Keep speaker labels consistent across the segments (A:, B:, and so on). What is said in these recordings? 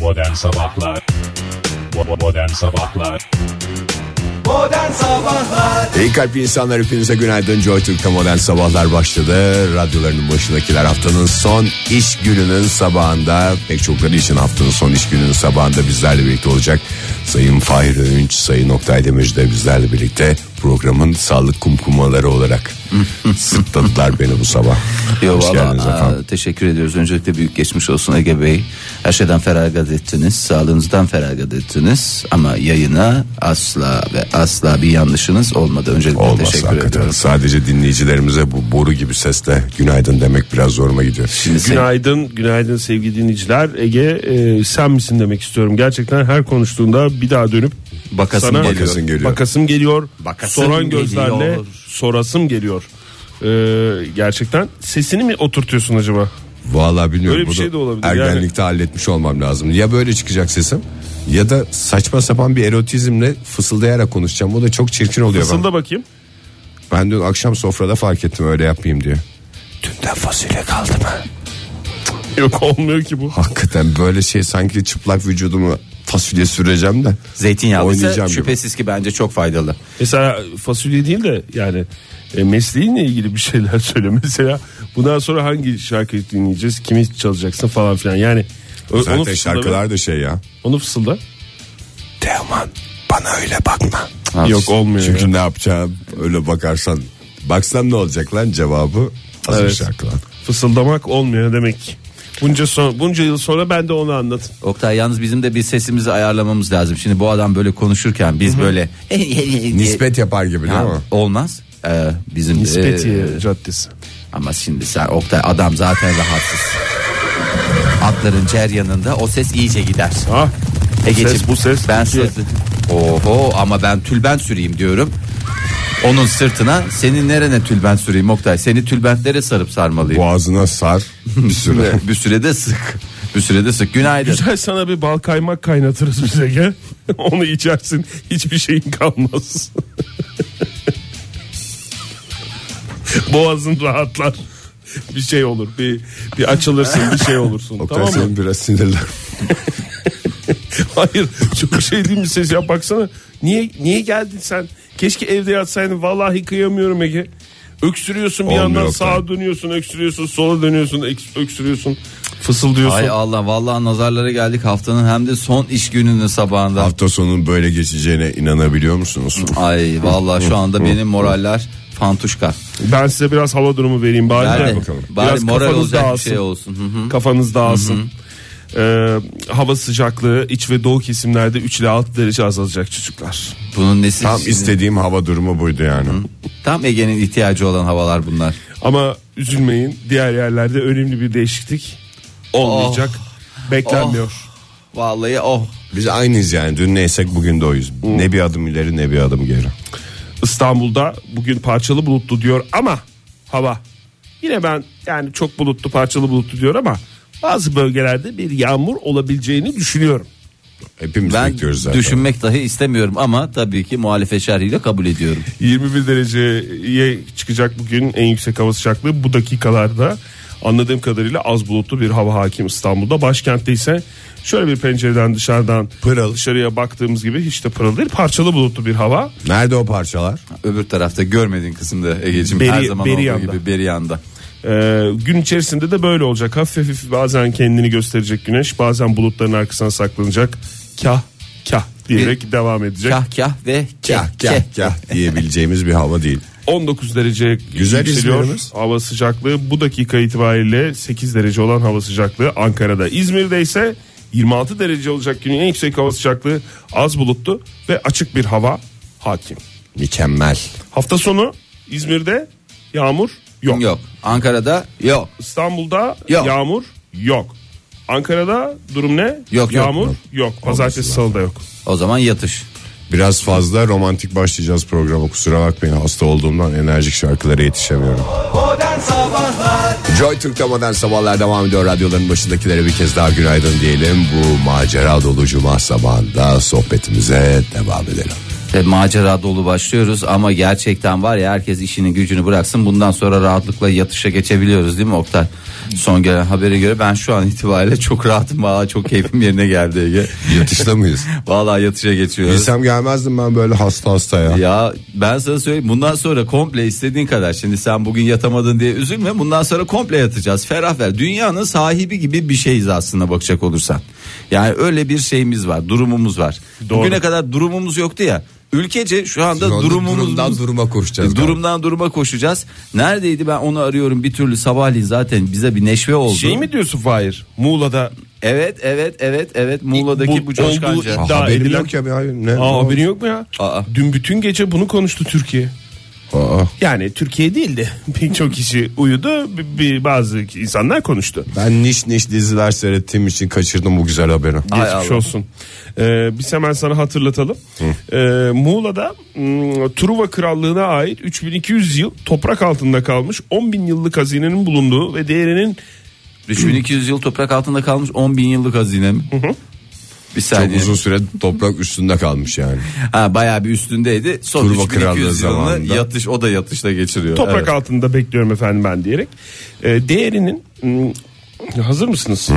A: Modern Sabahlar Bo- Modern Sabahlar
B: İyi kalpli insanlar hepinize günaydın Joy Türk'te modern sabahlar başladı Radyolarının başındakiler haftanın son iş gününün sabahında Pek çokları için haftanın son iş gününün sabahında bizlerle birlikte olacak Sayın Fahir Öğünç, Sayın Oktay Demirci de bizlerle birlikte Programın sağlık kumkumaları olarak Sırtladılar beni bu sabah
C: Yo, e,
B: Hoş
C: valla,
B: geldiniz
C: aa,
B: efendim
C: Teşekkür ediyoruz. Öncelikle büyük geçmiş olsun Ege Bey. Her şeyden feragat ettiniz. Sağlığınızdan feragat ettiniz. Ama yayına asla ve asla bir yanlışınız olmadı. Öncelikle
B: Olmaz
C: teşekkür
B: hakikaten
C: ediyoruz.
B: sadece dinleyicilerimize bu boru gibi sesle günaydın demek biraz zoruma gidiyor
C: Şimdi sev-
D: Günaydın, günaydın sevgili dinleyiciler. Ege, e, sen misin demek istiyorum. Gerçekten her konuştuğunda bir daha dönüp
C: Bakasım
D: sana
C: geliyor.
B: Bakasın geliyor.
D: bakasım geliyor,
C: Bakasım
D: soran gözlerle
C: geliyor.
D: sorasım geliyor. E, gerçekten sesini mi oturtuyorsun acaba?
B: Vallahi bilmiyorum.
D: Öyle bir
B: Bunu
D: şey de olabilir
B: Ergenlikte halletmiş olmam lazım. Ya böyle çıkacak sesim ya da saçma sapan bir erotizmle fısıldayarak konuşacağım. O da çok çirkin oluyor.
D: Fısılda bakayım.
B: Ben, ben dün akşam sofrada fark ettim öyle yapmayayım diye. Tümden fasulye kaldı mı?
D: Yok olmuyor ki bu.
B: Hakikaten böyle şey sanki çıplak vücudumu fasulye süreceğim de.
C: Zeytinyağı ise
B: Oynayacağım gibi.
C: şüphesiz ki bence çok faydalı.
D: Mesela fasulye değil de yani e, mesleğinle ilgili bir şeyler söyle. Mesela bundan sonra hangi şarkıyı dinleyeceğiz, kimi çalacaksın falan filan. Yani ö- onu
B: Zaten
D: fısılda
B: şarkılar da şey ya.
D: ve- Onu fısılda.
B: Teoman bana öyle bakma.
C: Ha,
D: Yok olmuyor.
B: Çünkü ne yapacağım öyle bakarsan. Baksam ne olacak lan cevabı. Hazır
D: Evet.
B: şarkılar.
D: Fısıldamak olmuyor demek. Bunca son, bunca yıl sonra ben de onu anlatın.
C: Oktay yalnız bizim de bir sesimizi ayarlamamız lazım. Şimdi bu adam böyle konuşurken biz böyle
B: Nispet yapar gibi değil
C: Ha,
B: mi?
C: olmaz. Ee, bizim
D: Nispetiye
C: ee,
D: Caddesi.
C: Ama şimdi sen Oktay adam zaten rahatsız. Atların cer yanında o ses iyice gider.
D: Ah,
C: Egeciğim,
D: ses bu ses
C: Ben
D: Türkiye.
C: sırtı... Oho ama ben tülbent süreyim diyorum. Onun sırtına senin nerene tülbent süreyim Oktay? Seni tülbentlere sarıp sarmalıyım.
B: Boğazına sar bir süre.
C: bir sürede sık. Bir sürede sık. Günaydın.
D: Güzel sana bir bal kaymak kaynatırız bize gel. onu içersin hiçbir şeyin kalmaz. Boğazın rahatlar. Bir şey olur. Bir bir açılırsın, bir şey olursun.
B: Oktay
D: tamam mı?
B: senin biraz sinirli.
D: Hayır. Çok şey değil mi ses ya baksana. Niye niye geldin sen? Keşke evde yatsaydın. Vallahi kıyamıyorum Ege. Öksürüyorsun bir
B: Olmuyor
D: yandan
B: Oktay.
D: sağa dönüyorsun, öksürüyorsun, sola dönüyorsun, eks- öksürüyorsun, fısıldıyorsun.
C: Ay Allah vallahi nazarlara geldik haftanın hem de son iş gününün sabahında.
B: Hafta sonunun böyle geçeceğine inanabiliyor musunuz?
C: Ay vallahi şu anda benim moraller fantuşka.
D: Ben size biraz hava durumu vereyim bari.
C: Bari,
D: de.
C: bari
D: Biraz
C: moral
D: kafanız
C: olacak bir
D: dağılsın.
C: şey olsun. Hı hı.
D: Kafanız dağılsın. Ee, hava sıcaklığı iç ve doğu kesimlerde 3 ile 6 derece azalacak çocuklar.
C: Bunun nesi?
B: Tam istediğim hava durumu buydu yani.
C: Tam Ege'nin ihtiyacı olan havalar bunlar.
D: Ama üzülmeyin diğer yerlerde önemli bir değişiklik olmayacak.
C: Oh.
D: Beklenmiyor.
C: Vallahi oh.
B: Biz aynıyız yani. Dün neysek bugün de oyuz. Ne bir adım ileri ne bir adım geri.
D: İstanbul'da bugün parçalı bulutlu diyor ama hava yine ben yani çok bulutlu parçalı bulutlu diyor ama bazı bölgelerde bir yağmur olabileceğini düşünüyorum.
B: Hepimiz
C: Ben
B: bekliyoruz zaten.
C: düşünmek dahi istemiyorum ama tabii ki muhalefet şerhiyle kabul ediyorum.
D: 21 dereceye çıkacak bugün en yüksek hava sıcaklığı bu dakikalarda anladığım kadarıyla az bulutlu bir hava hakim İstanbul'da. Başkentte ise şöyle bir pencereden dışarıdan
B: Pırıl.
D: dışarıya baktığımız gibi hiç de pırıl değil parçalı bulutlu bir hava.
B: Nerede o parçalar?
C: Öbür tarafta görmediğin kısımda Ege'ciğim
D: Beri-
C: her zaman
D: beri
C: olduğu
D: yanda.
C: gibi beri yanda.
D: Ee, gün içerisinde de böyle olacak. Hafif hafif bazen kendini gösterecek güneş, bazen bulutların arkasına saklanacak. Kah kah diyerek devam edecek.
C: Kah kah ve kah
B: Kah kah kah diyebileceğimiz bir hava değil.
D: 19 derece
B: Güzel
D: yükseliyor
B: İzmir'imiz.
D: hava sıcaklığı. Bu dakika itibariyle 8 derece olan hava sıcaklığı Ankara'da. İzmir'de ise 26 derece olacak günün en yüksek hava sıcaklığı az bulutlu ve açık bir hava hakim.
B: Mükemmel.
D: Hafta sonu İzmir'de yağmur yok.
C: Yok. Ankara'da yok.
D: İstanbul'da
C: Yok.
D: yağmur yok. Ankara'da durum ne?
C: yok,
D: Yağmur
C: yok.
D: yok. Pazartesi salıda yok.
C: O zaman yatış.
B: Biraz fazla romantik başlayacağız programa kusura bakmayın hasta olduğumdan enerjik şarkılara yetişemiyorum. Joy Türk'te modern sabahlar devam ediyor. Radyoların başındakilere bir kez daha günaydın diyelim. Bu macera dolu cuma sabahında sohbetimize devam edelim.
C: Ve E, macera dolu başlıyoruz ama gerçekten var ya herkes işini gücünü bıraksın bundan sonra rahatlıkla yatışa geçebiliyoruz değil mi Oktay? Son gelen habere göre ben şu an itibariyle çok rahatım. Valla çok keyfim yerine geldi Ege.
B: Yatışta mıyız?
C: Valla yatışa geçiyoruz.
B: Bilsem gelmezdim ben böyle hasta hasta ya.
C: Ya ben sana söyleyeyim bundan sonra komple istediğin kadar şimdi sen bugün yatamadın diye üzülme bundan sonra komple yatacağız ferah ver dünyanın sahibi gibi bir şeyiz aslında bakacak olursan yani öyle bir şeyimiz var durumumuz var
D: Doğru.
C: bugüne kadar durumumuz yoktu ya ülkece şu anda
B: Sonra da
C: durumumuz
B: durumdan duruma koşacağız.
C: durumdan duruma koşacağız neredeydi ben onu arıyorum bir türlü sabahleyin zaten bize bir neşve oldu
D: Şey mi diyorsun Fahir? Muğla'da
C: evet evet evet evet Muğla'daki
D: Bu-
C: bu, coşkanca
D: olduğu-
B: Aa,
D: Daha
B: haberim
D: edilen-
B: yok ya bir abi. Ne?
D: Aa, haberin yok mu ya?
C: Aa.
D: Dün bütün gece bunu konuştu Türkiye.
B: Aa,
D: Yani Türkiye değildi. Birçok kişi uyudu. bi- bi- bazı insanlar konuştu.
B: ben niş niş diziler seyrettiğim için kaçırdım bu güzel haberi.
C: Hay
D: Geçmiş
C: Allah.
D: olsun. Ee, biz hemen sana hatırlatalım. Ee, Muğla'da mm, Truva Krallığı'na ait 3200 yıl toprak altında kalmış 10 bin yıllık hazinenin bulunduğu ve değerinin
C: 3200 yıl toprak altında kalmış 10 bin yıllık hazine mi? bir
B: Çok
C: saniye
B: uzun süre toprak üstünde kalmış yani.
C: Ha bayağı bir üstündeydi. Son
B: Turbo
C: 3200
B: Krallığı
C: yılını
B: zamanında.
C: yatış o da yatışta geçiriyor.
D: toprak
C: Evet.
D: altında bekliyorum efendim ben diyerek. Ee, değerinin mm, hazır mısınız?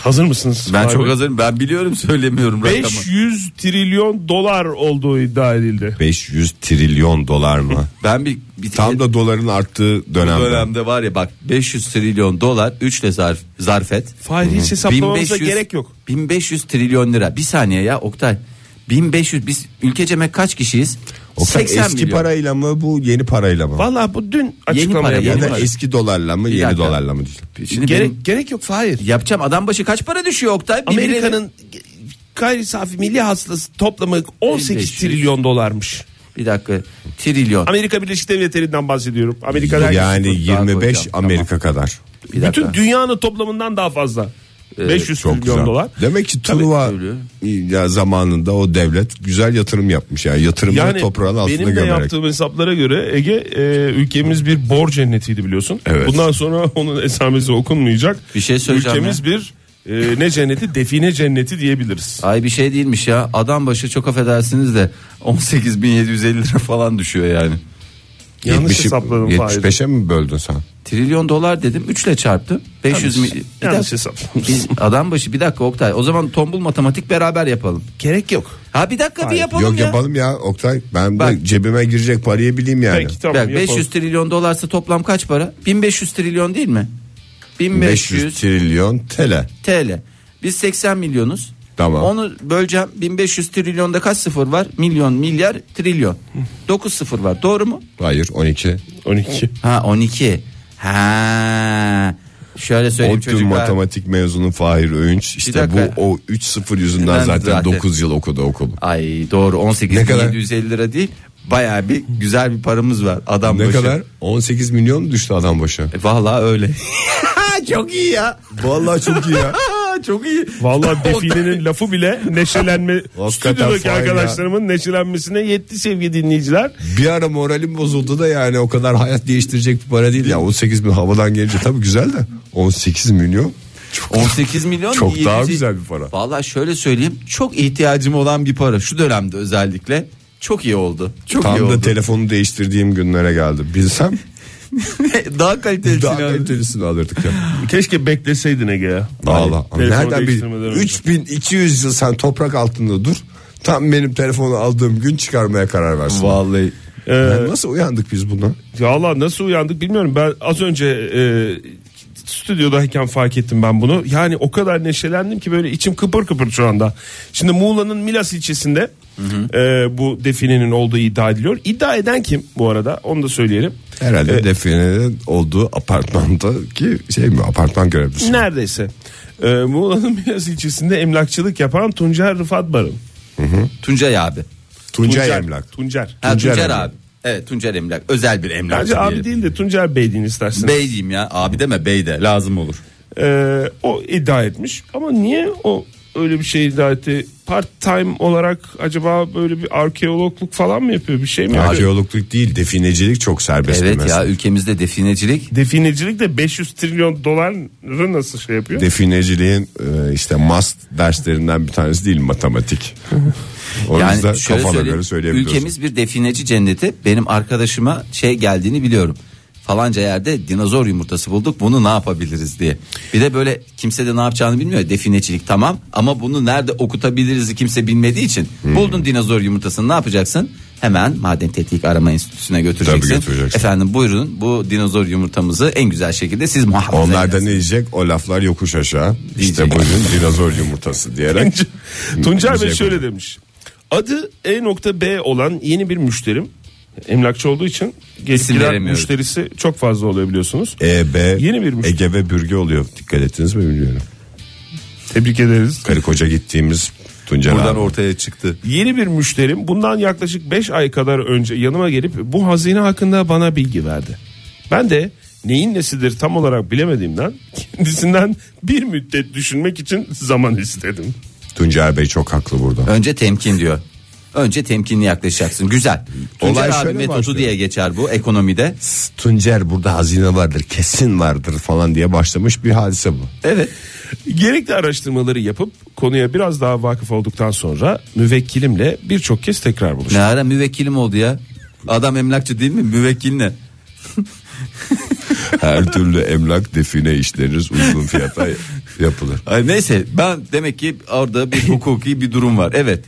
D: Hazır mısınız?
C: Ben
D: Vay
C: çok
D: be.
C: hazırım. Ben biliyorum söylemiyorum rakamı.
D: 500 trilyon dolar olduğu iddia edildi.
B: 500 trilyon dolar mı?
C: Ben bir, bir
B: Tam da doların arttığı
C: bu
B: dönemde.
C: dönemde var ya bak 500 trilyon dolar 3 ile zarf, zarf et.
D: Fahri hiç hesaplamamıza gerek yok.
C: 1500 trilyon lira. Bir saniye ya Oktay. 1500 biz ülkeceme kaç kişiyiz?
B: Oktay,
C: 80
B: eski
C: milyon.
B: parayla mı bu yeni parayla mı?
D: Vallahi bu dün
C: para,
D: açıklamaya
C: yeni
D: yeni
B: ya da
C: para.
B: eski dolarla mı yeni
C: dakika.
B: dolarla mı değil.
C: Şimdi
D: Gerek,
C: benim
D: gerek yok Fahir.
C: yapacağım adam başı kaç para düşüyor Oktay? Birileri-
D: Amerika'nın gayri safi milli hasılası toplamı 18
C: 1500.
D: trilyon dolarmış.
C: bir dakika trilyon.
D: Amerika Birleşik Devletleri'nden bahsediyorum. Amerika'da
B: Yani
C: Daha
B: 25
C: koyacağım,
B: Amerika kadar.
C: Bir dakika.
D: bütün dünyanın toplamından daha fazla. 500
B: Çok
D: trilyon
B: güzel.
D: dolar.
B: Demek ki Truva
C: öyle.
B: ya zamanında o devlet güzel yatırım yapmış yani yatırımları
D: Yani
B: toprağın altına
D: benim de
B: gömerek.
D: yaptığım hesaplara göre Ege e, ülkemiz bir bor cennetiydi biliyorsun.
B: Evet.
D: Bundan sonra onun esamesi okunmayacak.
C: Bir şey söyleyeceğim
D: Ülkemiz bir e, ne cenneti define cenneti diyebiliriz.
C: Ay bir şey değilmiş ya. Adam başı çok affedersiniz de 18.750 lira falan düşüyor yani.
D: Yanlış
B: 70'i
D: hesapladım Fahir.
B: 75'e mi böldün sen?
C: Trilyon dolar dedim 3 ile çarptım. 500 mi?
D: Yanlış.
C: Bir
D: Yanlış
C: dakika.
D: hesap.
C: Biz adam başı bir dakika Oktay. O zaman tombul matematik beraber yapalım.
D: Gerek yok.
C: Ha bir dakika bir yapalım
B: Yok
C: ya.
B: yapalım ya Oktay. Ben
C: Bak.
B: de cebime girecek parayı bileyim yani.
D: Peki tamam
C: Bak, 500
D: yapalım.
C: trilyon dolarsa toplam kaç para? 1500 trilyon değil mi?
B: 500,
C: 1500
B: trilyon TL.
C: TL. Biz 80 milyonuz.
B: Tamam.
C: Onu böleceğim. 1500 trilyonda kaç sıfır var? Milyon, milyar, trilyon. 9 sıfır var. Doğru mu?
B: Hayır 12.
D: 12.
C: Ha 12. Ha. Şöyle
B: O
C: söyleyeyim
B: tüm
C: çocuklar.
B: matematik mezunu Fahir Öğünç işte
C: dakika.
B: bu o 3-0 yüzünden
C: Ben
B: zaten,
C: zaten-
B: 9 yıl okudu okulu.
C: Ay doğru
B: Ne kadar?
C: 18.750 lira değil. Bayağı bir güzel bir paramız var adam
B: Ne
C: başı.
B: kadar? 18 milyon mu düştü adam başı?
C: E, Vallahi öyle. çok iyi ya.
B: Vallahi çok iyi ya.
C: çok iyi.
D: Vallahi definenin lafı bile neşelenme stüdyodaki
B: Fahir ya.
D: arkadaşlarımın neşelenmesine yetti sevgili dinleyiciler.
B: Bir ara moralim bozuldu da yani o kadar hayat değiştirecek bir para değil. Ya 18 bin havadan gelince tabii güzel de 18 milyon
C: 18 milyon
B: Çok
C: iyi
B: daha güzel bir para.
C: Vallahi şöyle söyleyeyim çok ihtiyacım olan bir para şu dönemde özellikle çok iyi oldu. Çok iyi
B: tam da
C: oldu.
B: telefonu değiştirdiğim günlere geldi. Bilsem
C: daha kaliteli.
B: daha kalitelisini alırdık ya.
D: Keşke bekleseydin Ege ya.
B: Valla
D: Telefonu
B: nereden bir
D: değiştirmeden önce.
B: 3200 yıl sen toprak altında dur. Tam benim telefonu aldığım gün çıkarmaya karar versin.
C: Vallahi Ee,
B: Ya nasıl uyandık biz buna?
D: Ya Allah nasıl uyandık bilmiyorum. Ben az önce e, stüdyodayken fark ettim ben bunu. Yani o kadar neşelendim ki böyle içim kıpır kıpır şu anda. Şimdi Muğla'nın Milas ilçesinde e, bu definenin olduğu iddia ediliyor. İddia eden kim bu arada? Onu da söyleyelim.
B: Herhalde definenin olduğu apartmandaki şey mi apartman görevlisi. mi?
D: Neredeyse. E, Muğla'nın Milas ilçesinde emlakçılık yapan Tuncer Rıfat Barın.
C: Tuncay abi.
B: Tuncay Emlak.
D: Tuncer.
C: Ha,
B: Tuncer
C: Tuncer,
B: abi.
C: abi. Evet Tuncer emlak özel bir emlak.
D: Bence abi değil de Tuncer Bey deyin istersen.
C: Bey diyeyim ya abi deme bey de lazım olur.
D: Ee, o iddia etmiş. Ama niye o öyle bir şey iddia etti? Part time olarak acaba böyle bir arkeologluk falan mı yapıyor? Bir şey mi yapıyor?
B: Arkeologluk değil definecilik çok serbest
C: Evet
B: bir
C: ya
B: meslek.
C: ülkemizde definecilik
D: Definecilik de 500 trilyon doları nasıl şey yapıyor?
B: Defineciliğin e, işte must derslerinden bir tanesi değil matematik. o yüzden
C: şöyle
B: kafana
C: söyleyeyim,
B: göre söyleyebiliyorsun.
C: Ülkemiz bir defineci cenneti. Benim arkadaşıma şey geldiğini biliyorum. falanca yerde dinozor yumurtası bulduk bunu ne yapabiliriz diye. Bir de böyle kimse de ne yapacağını bilmiyor definecilik tamam ama bunu nerede okutabiliriz kimse bilmediği için.
B: Hmm.
C: Buldun dinozor yumurtasını ne yapacaksın? Hemen maden tetkik arama enstitüsüne götüreceksin.
B: götüreceksin.
C: Efendim buyurun bu dinozor yumurtamızı en güzel şekilde siz muhafaza
B: Onlar da
C: edin.
B: ne diyecek? O laflar yokuş aşağı. İşte
C: Diyecek.
B: bugün dinozor yumurtası diyerek.
D: Tuncay Bey
C: şey
B: Diyecek
D: şöyle
B: hocam.
D: demiş. Adı E.B olan yeni bir müşterim. Emlakçı olduğu için
C: İsim
D: gelen
C: veremiyoruz. E-
D: müşterisi çok fazla oluyor biliyorsunuz.
B: EB,
D: Yeni bir müşteri.
B: E, Ege ve Bürge oluyor. Dikkat ettiniz mi bilmiyorum.
D: Tebrik ederiz.
B: Karı koca gittiğimiz Tuncel
C: Buradan
B: abi.
C: ortaya çıktı.
D: Yeni bir müşterim bundan yaklaşık 5 ay kadar önce yanıma gelip bu hazine hakkında bana bilgi verdi. Ben de neyin nesidir tam olarak bilemediğimden kendisinden bir müddet düşünmek için zaman istedim.
B: Tuncel Bey çok haklı burada.
C: Önce temkin diyor. Önce temkinli yaklaşacaksın. Güzel.
B: Olay
C: Olay abi
B: şöyle
C: metodu
B: başlıyor.
C: diye geçer bu ekonomide.
B: Tuncer burada hazine vardır kesin vardır falan diye başlamış bir hadise bu.
C: Evet.
D: Gerekli araştırmaları yapıp konuya biraz daha vakıf olduktan sonra müvekkilimle birçok kez tekrar buluştum.
C: Ne ara müvekkilim oldu ya? Adam emlakçı değil mi? Müvekkil ne?
B: Her türlü emlak define işleriniz uygun fiyata yapılır.
C: Ay neyse ben demek ki orada bir hukuki bir durum var. Evet.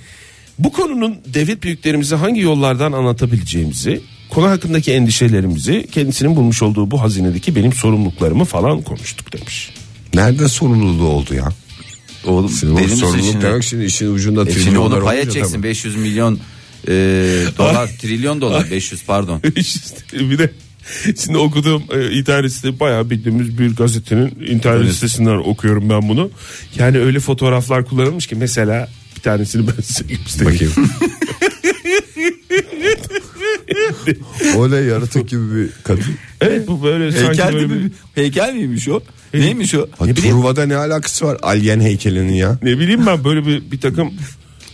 D: Bu konunun devlet büyüklerimize hangi yollardan anlatabileceğimizi, konu hakkındaki endişelerimizi, kendisinin bulmuş olduğu bu hazinedeki benim sorumluluklarımı falan konuştuk demiş.
B: Nerede sorumluluğu oldu ya?
C: Oğlum
B: Şimdi
C: deli
B: o
C: misin
B: sorumluluk
C: şimdi?
B: demek şimdi işin ucunda
C: E şimdi onu pay edeceksin 500 milyon e, dolar trilyon dolar 500 pardon.
D: İşte bir de şimdi okuduğum e, internet sitesi bayağı bildiğimiz bir gazetenin internet sitesinden okuyorum ben bunu. Yani öyle fotoğraflar kullanılmış ki mesela bir tanesini ben size göstereyim.
B: Bakayım. o ne yaratık gibi bir kadın.
D: Evet bu böyle
C: Heykel,
D: sanki
C: değil
D: böyle
C: mi?
D: bir,
C: Heykel miymiş o? Neymiş o?
B: Ha, Truva'da ne alakası var Alien heykelinin ya?
D: ne bileyim ben böyle bir, bir takım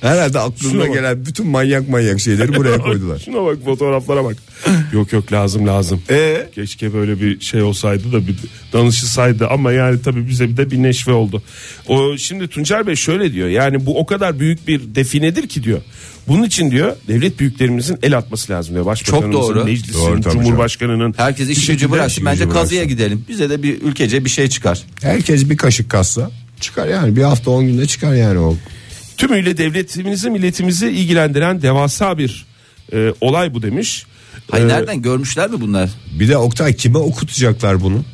B: Herhalde aklına
D: Şuna bak.
B: gelen bütün manyak manyak şeyleri buraya koydular.
D: Şuna bak fotoğraflara bak. yok yok lazım lazım.
B: Ee?
D: Keşke böyle bir şey olsaydı da bir danışılsaydı ama yani tabii bize bir de bir neşve oldu. O şimdi Tuncer Bey şöyle diyor. Yani bu o kadar büyük bir definedir ki diyor. Bunun için diyor devlet büyüklerimizin el atması lazım diyor. Başbakanımızın,
C: doğru.
D: meclisin,
B: Doğru, tabii
D: Cumhurbaşkanının.
C: Herkes
D: bir
C: iş gücü
D: şekilde-
C: bıraksın. Bence
B: gücü
C: kazıya gidelim. Bize de bir ülkece bir şey çıkar.
B: Herkes bir kaşık kassa çıkar yani bir hafta 10 günde çıkar yani o.
D: Tümüyle devletimizi milletimizi ilgilendiren devasa bir e, olay bu demiş.
C: Hayır
B: Ee,
D: E,
C: nereden görmüşler mi bunlar?
B: Bir de Oktay kime okutacaklar bunu?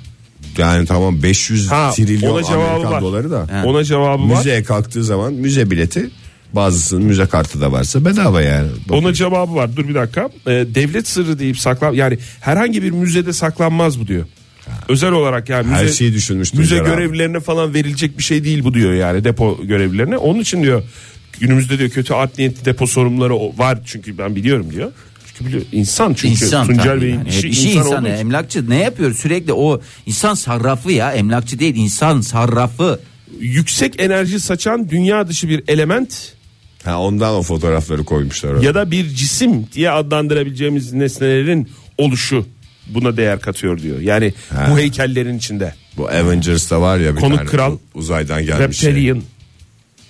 B: Yani tamam 500
D: Ha,
B: trilyon
D: ona cevabı
B: Amerikan
D: var.
B: doları da.
C: Ha.
D: Ona cevabı var.
B: Müzeye kalktığı zaman müze bileti bazısının müze kartı da varsa bedava yani. Bak-
D: Ona cevabı var. Dur bir dakika. Ee, devlet sırrı deyip saklan yani herhangi bir müzede saklanmaz bu diyor. Özel olarak yani müze,
B: Her şeyi düşünmüş
D: müze
B: Tuncer abi.
D: görevlilerine falan verilecek bir şey değil bu diyor yani depo görevlilerine. Onun için diyor günümüzde diyor kötü art niyetli depo sorumluları o- var çünkü ben biliyorum diyor. Çünkü biliyor insan çünkü
C: İnsan
D: Tuncel
C: tabii
D: Bey'in
C: yani.
D: işi,
C: Hep işi
D: insan,
C: insan,
D: olduğu için.
C: emlakçı ne yapıyor sürekli o insan sarrafı ya emlakçı değil insan sarrafı
D: Yüksek enerji saçan dünya dışı bir element
B: Ha, ondan o fotoğrafları koymuşlar. oraya.
D: ya da bir cisim diye adlandırabileceğimiz nesnelerin oluşu buna değer katıyor diyor. Yani bu heykellerin içinde.
B: Bu Avengers'ta var ya bir
D: Konuk
B: tane
D: kral,
B: uzaydan gelmiş. şey.
D: Reptilian,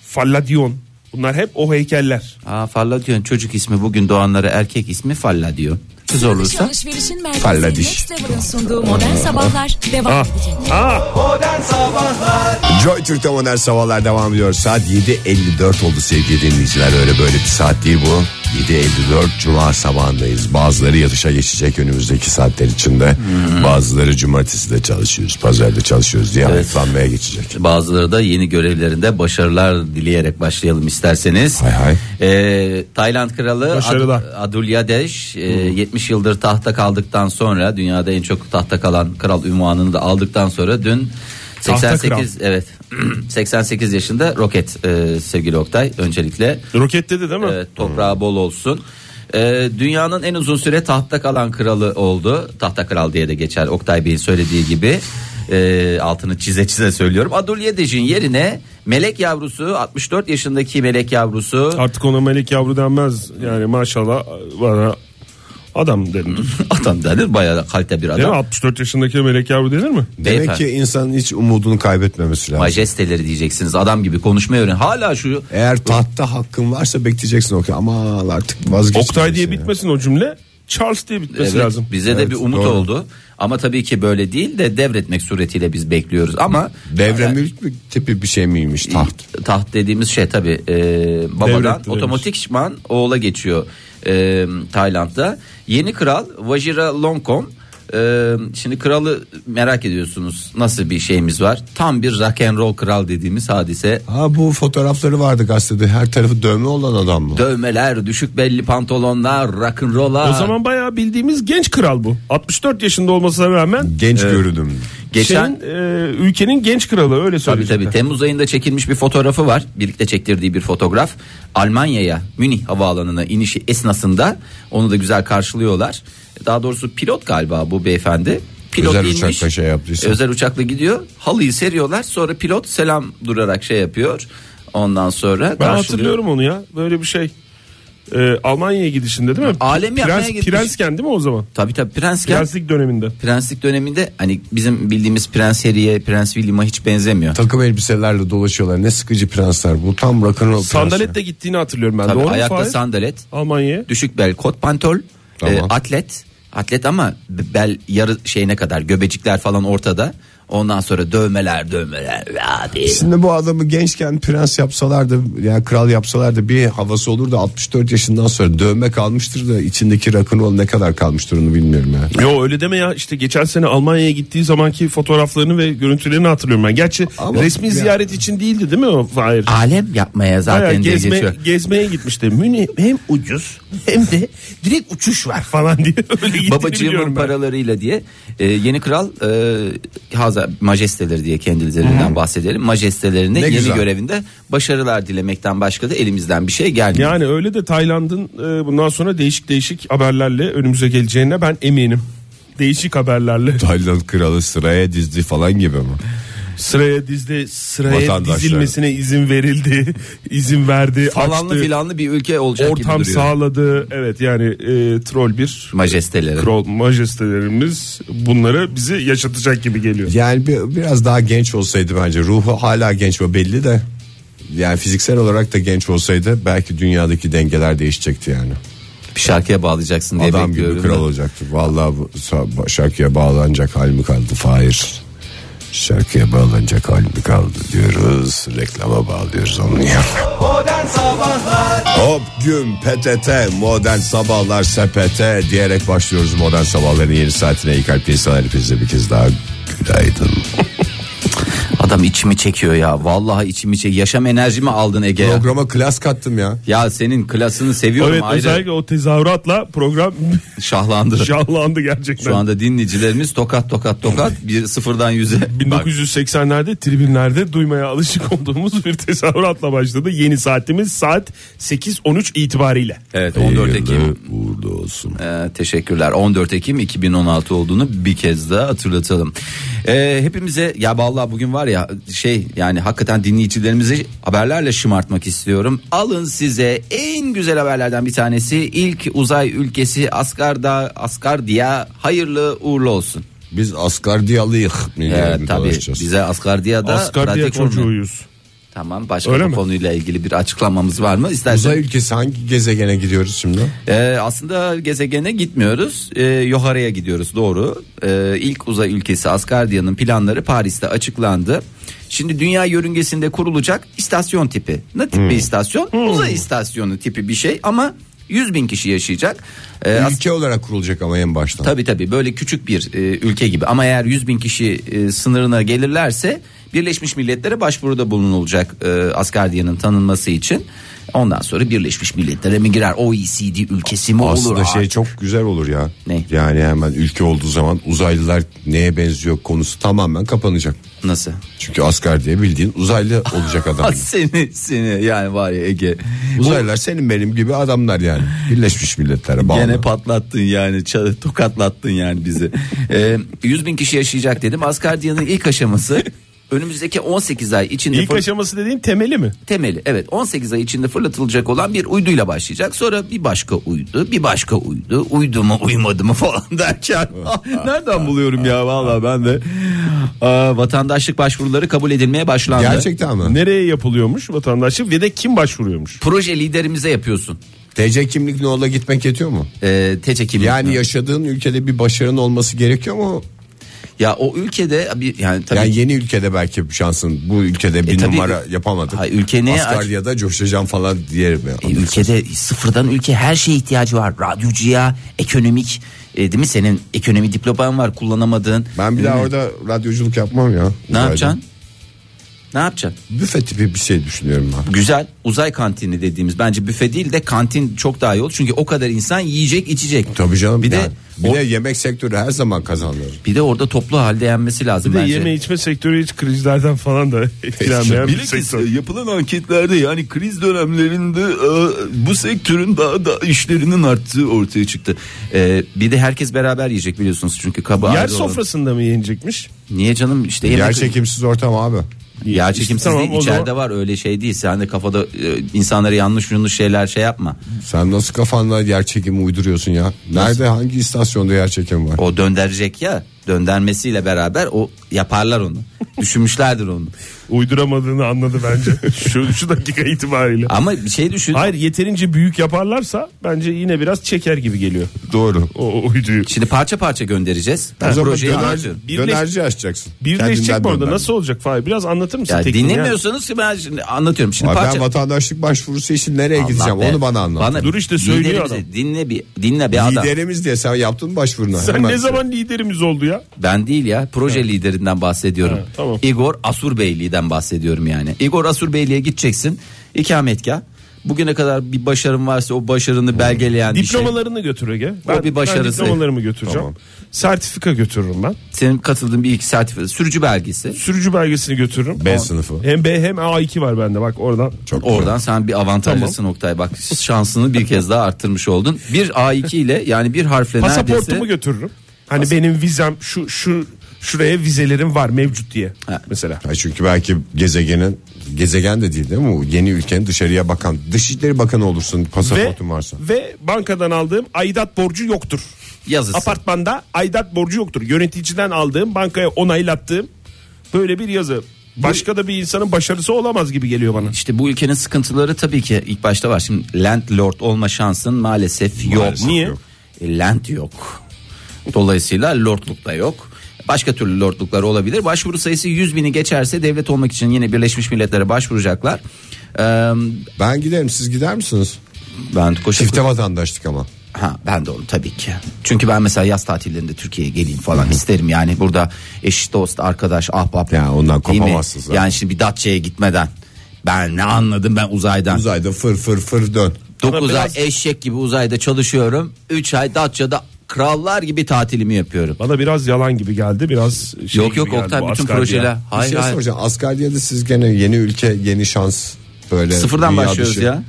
D: Falladion. Bunlar hep o heykeller.
C: Aa Falla diyorsun çocuk ismi bugün doğanlara erkek ismi Falla diyor. Kız
E: Dış
C: olursa
E: alışverişin
B: Falla
E: merkezi
B: diş. Ah.
E: Next Level'ın sunduğu modern sabahlar devam edecek.
B: Joy Türk'te modern sabahlar devam ediyor. Saat 7.54 oldu sevgili dinleyiciler. Öyle böyle bir saat değil bu. 7.54 Cuma sabahındayız. Bazıları yatışa geçecek önümüzdeki saatler içinde. Bazıları cumartesi de çalışıyoruz. Pazar da çalışıyoruz diye hayıflanmaya geçecek.
C: bazıları da yeni görevlerinde başarılar dileyerek başlayalım isterseniz.
B: Hay hay.
C: Ee, Tayland kralı
D: Başarılar.
C: Ad- Adulyadeş e,
D: Hmm.
C: 70 yıldır tahta kaldıktan sonra dünyada en çok tahta kalan kral ünvanını da aldıktan sonra dün
D: Tahta
C: 88 evet 88 yaşında roket e, sevgili Oktay öncelikle
D: Roket dedi değil mi?
C: Evet, toprağı bol olsun. Ee, dünyanın en uzun süre tahtta kalan kralı oldu. Tahta kral diye de geçer Oktay Bey'in söylediği gibi. Ee, altını çize çize söylüyorum. Adulyadej'in yerine melek yavrusu 64 yaşındaki melek yavrusu
D: Artık ona melek yavru denmez. Yani maşallah bana adam denir.
C: adam denir bayağı da kalite bir
D: Değil mi?
C: adam.
D: 64 yaşındaki melek yavru denir mi?
B: Demek
C: Beyefendi.
B: ki insanın hiç umudunu kaybetmemesi lazım.
C: Majesteleri diyeceksiniz adam gibi konuşmayı öğren. Hala şu
B: Eğer tahtta hakkın varsa bekleyeceksin Oktay. Ama artık vazgeçeceksin.
D: Oktay diye
B: ya.
D: bitmesin o cümle. Charles diye bitmesi
C: Evet,
D: lazım.
C: Bize
B: Evet,
C: de bir umut
B: doğru.
C: oldu. Ama tabii ki böyle değil de devretmek suretiyle biz bekliyoruz ama
B: Devre mülk mü- tipi bir şey miymiş taht?
C: Taht dediğimiz şey tabi babadan
D: Devretti
C: otomatikman oğula geçiyor e, Tayland'da. Yeni kral Vajira Longkorn. E, şimdi kralı merak ediyorsunuz nasıl bir şeyimiz var. Tam bir rock and roll kral dediğimiz hadise.
B: Ha bu fotoğrafları vardı gazetede. Her tarafı dövme olan adam mı?
C: Dövmeler, düşük belli pantolonlar, rock and roll'a.
D: O zaman bayağı bildiğimiz genç kral bu. 64 yaşında olmasına rağmen
B: Genç görünüm.
C: geçen
D: şeyin, e, ülkenin genç kralı öyle
C: Tabii
D: söyleyecekler.
C: tabii Temmuz ayında çekilmiş bir fotoğrafı var. Birlikte çektirdiği bir fotoğraf. Almanya'ya Münih havaalanına inişi esnasında onu da güzel karşılıyorlar. Daha doğrusu pilot galiba bu beyefendi. Pilot
B: Özel uçakla şey yaptıysa.
C: Özel uçakla gidiyor. Halıyı seriyorlar. Sonra pilot selam durarak şey yapıyor. Ondan sonra
D: Ben
C: karşılıyor.
D: hatırlıyorum onu ya. Böyle bir şey. E, Almanya'ya gidişinde değil mi?
C: Alem yapmaya
D: Prens,
C: gitmiş.
D: Prensken değil mi o zaman?
C: Tabii tabii prensken.
D: Prenslik döneminde.
C: Prenslik döneminde hani bizim bildiğimiz Prens Harry'e, Prens William'a hiç benzemiyor.
B: Takım elbiselerle dolaşıyorlar. Ne sıkıcı prensler bu. Tam rock'ın roll
D: Sandaletle gittiğini hatırlıyorum ben.
C: şey. Tabii
D: Doğru mu
C: ayakta
D: Fahir?
C: sandalet.
D: Almanya'ya.
C: düşük bel kot pantol
B: Tamam.
C: e, atlet atlet ama bel yarı şeyine kadar göbecikler falan ortada ondan sonra dövmeler dövmeler abi
B: Şimdi bu adamı gençken prens yapsalardı yani kral yapsalardı bir havası olur da 64 yaşından sonra dövme kalmıştır da içindeki rock'n'roll ne kadar kalmıştır onu bilmiyorum ya.
D: Yo öyle deme ya işte geçen sene Almanya'ya gittiği zamanki fotoğraflarını ve görüntülerini hatırlıyorum ben. Gerçi
B: Ama-
D: resmi
B: Ya.
D: ziyaret için değildi değil mi o? Hayır.
C: alem yapmaya
D: Bayağı
C: Ah, zaten diye
D: gezme,
C: geçiyor.
D: gezmeye gitmişti. Münih hem ucuz hem de direkt uçuş var falan diye. Öyle gittiğini
C: Babacığımın
D: biliyorum ben.
C: paralarıyla diye e, yeni kral e, Haza Majesteleri diye kendilerinden bahsedelim. Majestelerine
B: Ne
C: yeni
B: güzel.
C: görevinde başarılar dilemekten başka da elimizden bir şey gelmiyor.
D: Yani öyle de Tayland'ın e, bundan sonra değişik değişik haberlerle önümüze geleceğine ben eminim. Değişik haberlerle
B: Tayland kralı sıraya dizdi falan gibi mi?
D: sıraya dizdi, sıraya
B: Vatandaşlar.
D: dizilmesine izin verildi, izin verdi,
C: Falanlı
D: açtı,
C: filanlı bir ülke olacak
D: ortam
C: gibi duruyor.
D: sağladı. Evet yani e, troll bir
C: Majesteleri.
D: Kral majestelerimiz bunları bizi yaşatacak gibi geliyor.
B: Yani bir- biraz daha genç olsaydı bence ruhu hala genç o belli de yani fiziksel olarak da genç olsaydı belki dünyadaki dengeler değişecekti yani.
C: Bir şarkıya bağlayacaksın diye
B: Adam
C: bekliyorum.
B: gibi kral
C: da.
B: olacaktı. Vallahi bu sa- şarkıya bağlanacak hal mi kaldı Fahir? Şarkıya bağlanacak hal mi kaldı diyoruz. Reklama bağlıyoruz onu ya. Hop gün PTT modern sabahlar sepete diyerek başlıyoruz modern sabahların yeni saatine. İyi kalpli insanlar hepinize bir kez daha günaydın.
C: Adam içimi çekiyor ya. Vallahi içimi çek. Yaşam enerjimi aldın Ege ya.
B: Programa klas kattım ya.
C: Ya senin klasını seviyorum
D: Evet
C: ayrı.
D: özellikle o tezahüratla program
C: Şahlandı.
D: canlandı gerçekten.
C: Şu anda dinleyicilerimiz tokat tokat tokat bir sıfırdan yüze. Bak,
D: 1980'lerde tribünlerde duymaya alışık olduğumuz bir tezahüratla başladı. Yeni saatimiz saat 8.13 itibariyle.
C: evet 14 Ekim.
B: Uğurlu olsun.
C: Ee, teşekkürler. 14 Ekim 2016 olduğunu bir kez daha hatırlatalım. Ee, hepimize ya vallahi bugün var ya şey yani hakikaten dinleyicilerimizi haberlerle şımartmak istiyorum. Alın size en güzel haberlerden bir tanesi ilk uzay ülkesi Asgarda Asgardia hayırlı uğurlu olsun.
B: Biz Asgardiyalıyık.
C: Ee,
B: milyarını
C: tabii
B: dolaşacağız.
C: bize Asgardia'da
D: Asgari diye
C: radyatör mü?
D: çocuğuyuz.
C: Tamam başka
D: Öyle
C: bir
D: mi?
C: konuyla ilgili bir açıklamamız var mı? İstersen
B: Uzay ülkesi hangi gezegene gidiyoruz şimdi?
C: Ee, aslında gezegene gitmiyoruz. Ee, Yohara'ya gidiyoruz doğru. Ee, ilk uzay ülkesi Asgardia'nın planları Paris'te açıklandı. Şimdi dünya yörüngesinde kurulacak istasyon tipi. Ne tip bir
B: Hmm.
C: istasyon? Uzay istasyonu tipi bir şey ama 100 bin kişi yaşayacak. Ee, as-
B: Ülke olarak kurulacak ama en baştan.
C: Tabii tabii böyle küçük bir e, ülke gibi ama eğer 100 bin kişi e, sınırına gelirlerse Birleşmiş Milletler'e başvuruda bulunulacak e, Asgardia'nın tanınması için. Ondan sonra Birleşmiş Milletler'e mi girer OECD ülkesi mi olur?
B: Aslında şey
C: Aa,
B: çok güzel olur ya.
C: Ne?
B: Yani hemen ülke olduğu zaman uzaylılar neye benziyor konusu tamamen kapanacak.
C: Nasıl?
B: Çünkü asker diye bildiğin uzaylı olacak adam.
C: Ha, seni seni yani var ya Ege.
B: Uzaylılar senin benim gibi adamlar yani. Birleşmiş Milletler'e bağlı.
C: Gene patlattın yani ça- tokatlattın yani bizi. ee, 100 bin kişi yaşayacak dedim. Asgardia'nın ilk aşaması önümüzdeki 18 ay içinde
D: İlk
C: fır-
D: aşaması dediğin temeli mi?
C: temeli evet 18 ay içinde fırlatılacak olan bir uyduyla başlayacak. Sonra bir başka uydu, bir başka uydu, uydu mu uymadı mı falan derken nereden buluyorum ya vallahi ben de. Aa, vatandaşlık başvuruları kabul edilmeye başlandı.
B: Gerçekten mi?
D: Nereye yapılıyormuş vatandaşlık ve de kim başvuruyormuş?
C: Proje liderimize yapıyorsun.
B: TC kimlik nola gitmek yetiyor mu?
C: Ee, TC kimlik.
B: Yani
C: mi?
B: yaşadığın ülkede bir başarın olması gerekiyor mu?
C: ya o ülkede bir yani tabii E,
B: Yani yeni ülkede belki şansın bu ülkede bir
C: tabii
B: numara
C: ki.
B: yapamadık.
C: Hayır, ülke neye aç-
B: Asgarya'da coşacağım falan diye mi?
C: E, ülkede sıfırdan ülke her şeye ihtiyacı var. Radyocuya, ekonomik e, değil mi senin ekonomi diploman var kullanamadığın.
B: Ben bir daha
C: Değil mi?
B: orada radyoculuk yapmam ya.
C: e, ne
B: Uzayda.
C: yapacaksın? Ne yapacaksın?
B: Büfe tipi bir şey düşünüyorum ben.
C: Güzel uzay kantini dediğimiz bence büfe değil de kantin çok daha iyi olur. Çünkü o kadar insan yiyecek içecek.
B: Tabii canım.
C: Bir
B: yani.
C: de
B: bir
C: o-
B: de yemek sektörü her zaman kazanır.
C: bir de orada toplu halde yenmesi lazım
D: Bir de
C: bence.
D: yeme içme sektörü hiç krizlerden falan da etkilenmeyen bir
A: Bilakis
D: sektör.
A: yapılan anketlerde yani kriz dönemlerinde e, bu sektörün daha da işlerinin arttığı ortaya çıktı.
C: E, bir de herkes beraber yiyecek biliyorsunuz çünkü kabı
D: Yer
C: ayrı olan-
D: sofrasında mı yenecekmiş?
C: Niye canım işte yemek
B: Yer çekimsiz ortam abi.
C: Yer çekimsiz
D: Tamam,
C: değil
D: o
C: içeride
D: zaman-
C: var öyle şey değil. Sen de kafada e, insanlara yanlış yanlış şeyler şey yapma.
B: Sen nasıl kafanla yer çekimi uyduruyorsun ya? Nerede hangi istasyonda yer çekimi var?
C: O döndürecek ya döndermesiyle beraber o yaparlar onu. Düşünmüşlerdir onu.
D: Uyduramadığını anladı bence. şu, şu dakika itibariyle.
C: Ama bir şey düşün.
D: Hayır yeterince büyük yaparlarsa bence yine biraz çeker gibi geliyor.
B: Doğru.
D: O uyduyu.
C: Şimdi parça parça göndereceğiz.
B: O
C: Ben
B: zaman
C: projeyi
B: döner,
C: anlatıyorum.
D: Birleş-
B: dönerci açacaksın.
D: Birleşecek
B: Kendinden
D: bu arada
B: döner.
D: nasıl olacak Fahir? Biraz anlatır mısın?
C: Ya
D: tekniği
C: dinlemiyorsanız ki ben şimdi anlatıyorum. Şimdi
B: Ay
C: parça
B: Ben vatandaşlık başvurusu için nereye
C: Allah
B: gideceğim?
C: be.
B: Onu bana anlat.
D: Dur işte söylüyor
C: liderimizi
D: adam.
C: Dinle bir dinle bir adam.
B: Liderimiz diye sen yaptın başvurunu.
D: Sen
B: Hemen.
D: ne zaman liderimiz oldu ya?
C: Ben değil ya proje liderinden bahsediyorum.
D: Ha, tamam.
C: Igor Asurbeyli'den bahsediyorum yani. Igor Asurbeyli'ye gideceksin ikametgah. Bugüne kadar bir başarın varsa o başarını belgeleyen bir şey.
D: Diplomalarını götür Ege. Ben,
C: bir başarısı.
D: Ben diplomalarımı götüreceğim. Sertifika götürürüm ben.
C: Senin katıldığın bir iki sertifika sürücü belgesi.
D: Sürücü belgesini götürürüm.
B: B sınıfı.
D: Hem B hem A2 var bende bak oradan.
B: Çok güzel.
C: Oradan sen bir avantajlısın Oktay bak şansını bir kez daha arttırmış oldun. Bir A2 ile yani bir harfle neredeyse.
D: Pasaportumu götürürüm. E, Hani benim vizem şu şu şuraya vizelerim var mevcut diye
C: Ha.
D: mesela.
B: Ha, çünkü belki gezegenin gezegen de değil değil mi? O Yeni ülkenin dışarıya bakan dışişleri bakanı olursun
D: Ve,
B: pasaportun varsa.
D: ve bankadan aldığım aidat borcu yoktur.
C: Yazısı.
D: Apartmanda aidat borcu yoktur. Yöneticiden aldığım bankaya onaylattığım böyle bir yazı. Başka da bir insanın başarısı olamaz gibi geliyor bana.
C: İşte bu ülkenin sıkıntıları tabii ki ilk başta var. Şimdi landlord olma şansın maalesef yok.
D: Maalesef Niye? yok.
C: E, land yok. Dolayısıyla lordluk da yok. Başka türlü lordluklar olabilir. Başvuru sayısı 100 bini geçerse devlet olmak için yine Birleşmiş Milletler'e başvuracaklar. Ee,
B: Ben giderim siz gider misiniz?
C: ben koşa
B: Çifte vatandaşlık ama.
C: Ha ben de onu tabii ki. Çünkü ben mesela yaz tatillerinde Türkiye'ye geleyim falan isterim yani burada eş dost arkadaş ahbap.
B: Ya ondan
C: Değil mi?
B: kopamazsın zaten.
C: Yani şimdi bir Datça'ya gitmeden ben ne anladım ben uzaydan.
B: Uzayda fır fır fır dön.
C: 9
D: Ama
C: ay
D: biraz-
C: eşek gibi uzayda çalışıyorum. 3 ay Datça'da krallar gibi tatilimi yapıyorum.
D: Bana biraz yalan gibi geldi. Biraz şey
C: yok
D: gibi
C: yok
D: geldi
C: Oktay
D: bu
C: bütün
D: asgari
C: projeler.
D: ya.
B: Hayır,
C: Hayır
B: şey
C: hayır.
B: soracağım. Asgardiya'da siz gene yeni ülke yeni şans böyle.
C: Sıfırdan
B: dünya
C: başlıyoruz
B: dışı.
C: ya.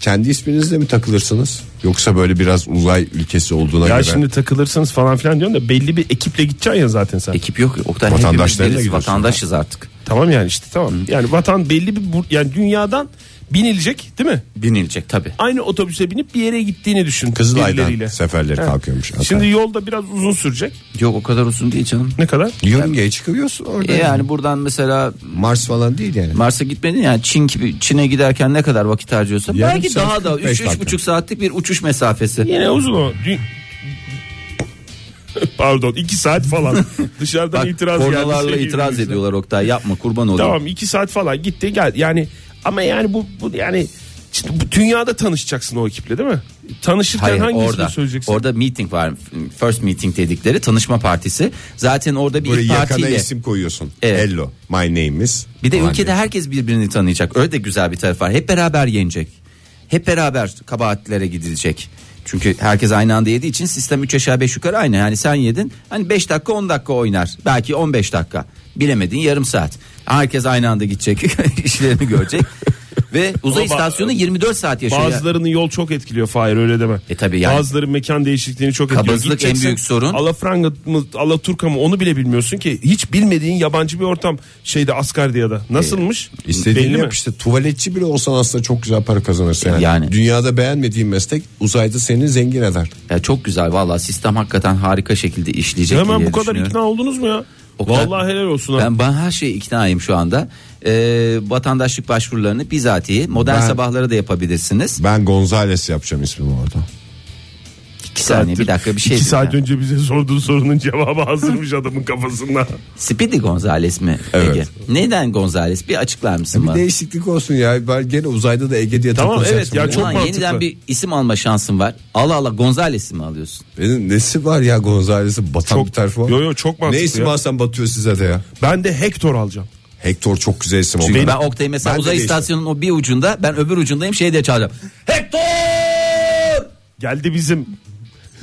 B: Kendi isminizle mi takılırsınız? Yoksa böyle biraz uzay ülkesi olduğuna
D: Ya
B: göre.
D: şimdi takılırsınız falan filan diyorsun da belli bir ekiple gideceksin ya zaten sen.
C: Ekip yok. Oktay
B: Vatandaşlarla
C: hepimiz deriz,
B: gidiyorsun.
C: vatandaşız artık.
D: Tamam yani işte tamam. Yani vatan belli bir bur- yani dünyadan binilecek değil mi?
C: Binilecek tabii.
D: Aynı otobüse binip bir yere gittiğini düşün.
B: Kızılay'dan
D: birileriyle.
B: seferleri
D: Evet.
B: kalkıyormuş.
D: Şimdi yolda biraz uzun sürecek.
C: Yok o kadar uzun değil canım.
D: Ne kadar?
B: yörüngeye çıkıyorsun orada.
C: E yani buradan mesela
B: Mars falan değil yani.
C: Mars'a gitmedin yani Çin gibi Çin'e giderken ne kadar vakit harcıyorsun?
B: Yarım
C: Belki
B: saat,
C: daha da
B: 45
C: 3
B: dakika.
C: 3,5 saatlik bir uçuş mesafesi.
D: Yine uzun o. Dün- Pardon iki saat falan. Dışarıdan
C: Bak,
D: itiraz geldi.
C: kornalarla
D: Sevgili
C: itiraz
D: dinleyiciler.
C: ediyorlar Oktay yapma kurban olayım.
D: Tamam iki saat falan gitti gel. Yani ama yani bu, bu yani işte bu dünyada tanışacaksın o ekiple değil mi? Tanışırken
C: Hayır
D: hangisini
C: orada
D: söyleyeceksin?
C: orada meeting var first meeting dedikleri tanışma partisi zaten orada bir
B: Böyle
C: ilk
B: yakana
C: partiyle
B: isim koyuyorsun.
C: Evet.
B: Hello my name is.
C: bir de
B: falan
C: ülkede
B: diye.
C: herkes birbirini tanıyacak öyle de güzel bir taraf var hep beraber yenecek hep beraber kabahatlere gidilecek. Çünkü herkes aynı anda yediği için sistem 3 aşağı 5 yukarı aynı. Yani sen yedin hani 5 dakika 10 dakika oynar. Belki 15 dakika. Bilemedin yarım saat. Herkes aynı anda gidecek. işlerini görecek. Ve uzay
D: Ama ba-
C: istasyonu 24 saat yaşıyor. Şey ya.
D: Bazılarının yol çok etkiliyor Fahir öyle deme.
C: E tabii yani.
D: Bazıları mekan değişikliğini çok etkiliyor.
C: Kabızlık en
D: Gideceksen
C: büyük sorun.
D: Alafranga mı Alaturka mı onu bile bilmiyorsun ki. Hiç bilmediğin yabancı bir ortam şeyde Asgardia'da. Nasılmış?
C: E,
B: İstediğini
D: Belli
B: yap işte tuvaletçi bile olsan aslında çok güzel para kazanırsın yani.
C: Yani.
B: Dünyada beğenmediğin meslek uzayda seni zengin eder.
C: Ya çok güzel vallahi sistem hakikaten harika şekilde işleyecek
D: Hemen
C: diye
D: bu kadar
C: düşünüyorum.
D: ikna oldunuz mu ya?
C: O kadar-
D: Vallahi helal olsun. ha.
C: Ben, ben her şeye iknaayım şu anda. e, vatandaşlık başvurularını bizatihi modern
B: Ben-
C: sabahları da yapabilirsiniz.
B: Ben Gonzales yapacağım ismimi orada.
C: İki saniye bir dakika bir şey.
D: İki
C: diyeceğim.
D: saat önce bize sorduğu sorunun cevabı hazırmış adamın kafasında.
C: Speedy Gonzales mi?
B: Evet.
C: Ege? Neden Gonzales? Bir açıklar mısın
B: Bir
C: bana?
B: değişiklik olsun ya. Ben gene uzayda da Ege diye
D: Tamam,
B: takılacaksın.
D: evet ya,
B: Bunun
D: çok
C: Ulan
D: mantıklı.
C: yeniden bir isim alma şansın var. Ala ala Gonzales'i mi alıyorsun?
B: Benim nesi var ya Gonzales'in batan
D: Çok-
B: bir tarafı var.
D: Yo, yo, çok mantıklı
B: Ne isim
D: ya.
B: alsan batıyor size de ya.
D: Ben de Hector alacağım.
B: Hector çok güzel isim oldu.
C: ben Oktay mesela
B: Ben de
C: uzay
B: değiştim.
C: istasyonunun o bir ucunda ben öbür ucundayım şey diye çağıracağım. Hector!
D: Geldi bizim.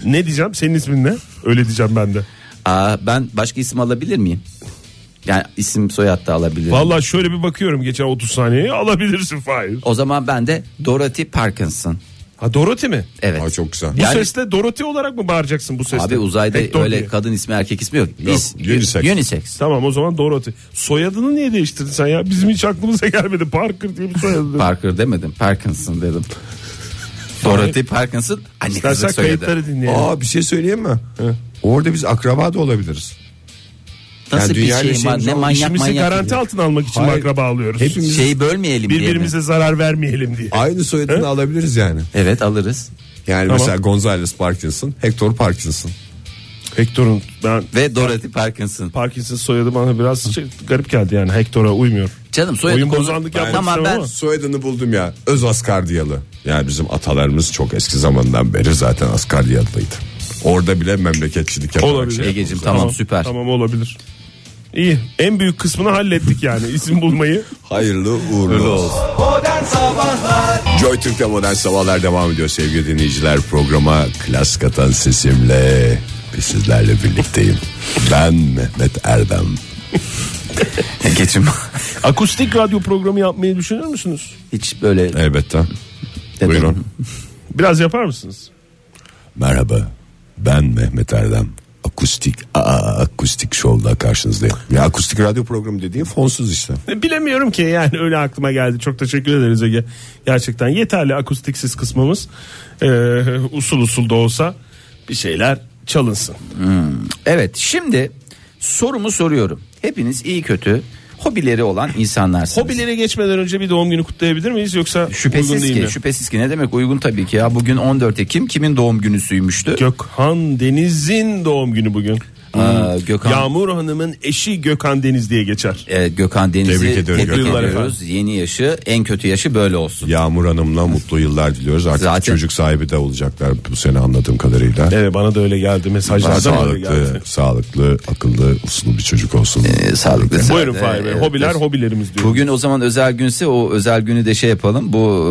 D: Ne diyeceğim? Senin ismin ne? Öyle diyeceğim ben de.
C: Aa, ben başka isim alabilir miyim? Yani isim soyad da alabilirim.
D: Vallahi şöyle bir bakıyorum geçen 30 saniyeyi alabilirsin Fahir.
C: o zaman ben de Dorothy Parkinson.
D: Ha Dorothy mi?
C: Evet.
B: Aa, çok güzel.
D: Bu
C: Yani-
D: sesle Dorothy olarak mı bağıracaksın bu sesle?
C: Abi uzayda
D: Hector
C: öyle
D: diye.
C: kadın ismi erkek ismi yok.
B: Yok,
C: İs-
B: unisex.
C: unisex.
D: Tamam o zaman Dorothy. Soyadını niye değiştirdin sen ya? Bizim hiç aklımıza gelmedi. Parker diye bir soyadı.
C: Parker demedim. Parkinson dedim. Dorothy Parkinson anne
D: İstersen
C: kızı soyadı.
D: kayıtları dinleyelim.
B: Aa bir şey söyleyeyim mi? Orada biz akraba da olabiliriz.
C: Nasıl
B: Yani
C: bir
B: dünya
C: şey var
B: yaşayınca
C: ne
B: o
C: manyak
D: İşimizi
C: manyak.
D: garanti altına almak için
B: Hayır.
D: mi akraba alıyoruz?
B: Hepimiz
C: Şeyi bölmeyelim diye. mi?
D: Birbirimize zarar vermeyelim diye.
B: aynı soyadını
D: He?
B: alabiliriz yani.
C: Evet alırız.
B: Yani
D: Tamam.
B: mesela Gonzales Parkinson, Hector Parkinson.
D: Hector'un ben
C: Ve Dorothy Parkinson.
D: Parkinson soyadı bana biraz şey, garip geldi yani Hector'a uymuyor.
C: Canım soyadı
D: Oyun
C: konu-
D: bozanlık yapmak
C: Tamam
D: istemem
C: ben
D: ama.
B: Soyadını buldum ya. Öz Asgardiyalı. Yani bizim atalarımız çok eski zamandan beri zaten Asgardiyalıydı. Orada bile memleketçilik yaparak
D: Olabilir.
B: şey
C: Egeciğim
B: yapıyoruz.
C: tamam, süper.
D: Tamam olabilir. İyi. En büyük kısmını hallettik yani isim bulmayı.
B: Hayırlı uğurlu olsun. Joy Türk'te modern sabahlar devam ediyor sevgili dinleyiciler. Programa klas katan sesimle ve sizlerle birlikteyim. Ben Mehmet Erdem.
C: geçim.
D: Akustik radyo programı yapmayı düşünür müsünüz?
C: Hiç böyle
B: Elbette.
C: Dedim.
B: Buyurun.
D: Biraz yapar mısınız?
B: Merhaba. Ben Mehmet Erdem. Akustik aa, akustik şovla karşınızdayım. Ya akustik radyo programı dediğin fonsuz işte.
D: Bilemiyorum ki yani öyle aklıma geldi. Çok teşekkür ederiz Ege. Gerçekten yeterli akustiksiz kısmımız. Ee, usul usul da olsa bir şeyler çalınsın.
C: Evet şimdi sorumu soruyorum. Hepiniz iyi kötü hobileri olan insanlarsınız.
D: Hobilere geçmeden önce bir doğum günü kutlayabilir miyiz yoksa uygun
C: Şüphesiz
D: değil
C: ki,
D: mi?
C: şüphesiz ki ne demek uygun tabii ki ya. Bugün 14 Ekim kimin doğum günüsüymüştü?
D: Gökhan Deniz'in doğum günü bugün.
C: Aa, Gökhan
D: Yağmur Hanım'ın eşi Gökhan Deniz diye geçer.
C: e, Gökhan Deniz'i
B: Tebrik
C: tebrik
B: ediyoruz
C: ediyoruz.
B: Gökhan.
C: Yeni yaşı, en kötü yaşı böyle olsun.
B: Yağmur Hanım'la mutlu yıllar diliyoruz. Artık
C: Zaten-
B: çocuk sahibi de olacaklar bu sene anladığım kadarıyla.
D: Evet bana da öyle geldi mesajlarda da öyle
B: Sağlıklı,
D: geldi.
B: sağlıklı, akıllı, uslu bir çocuk olsun.
C: E, sağlıklı.
D: Buyurun
C: Ee,
D: Fahir Bey.
C: evet,
D: Hobiler hobilerimiz diyor.
C: Bugün o zaman özel günse o özel günü de şey yapalım. Bu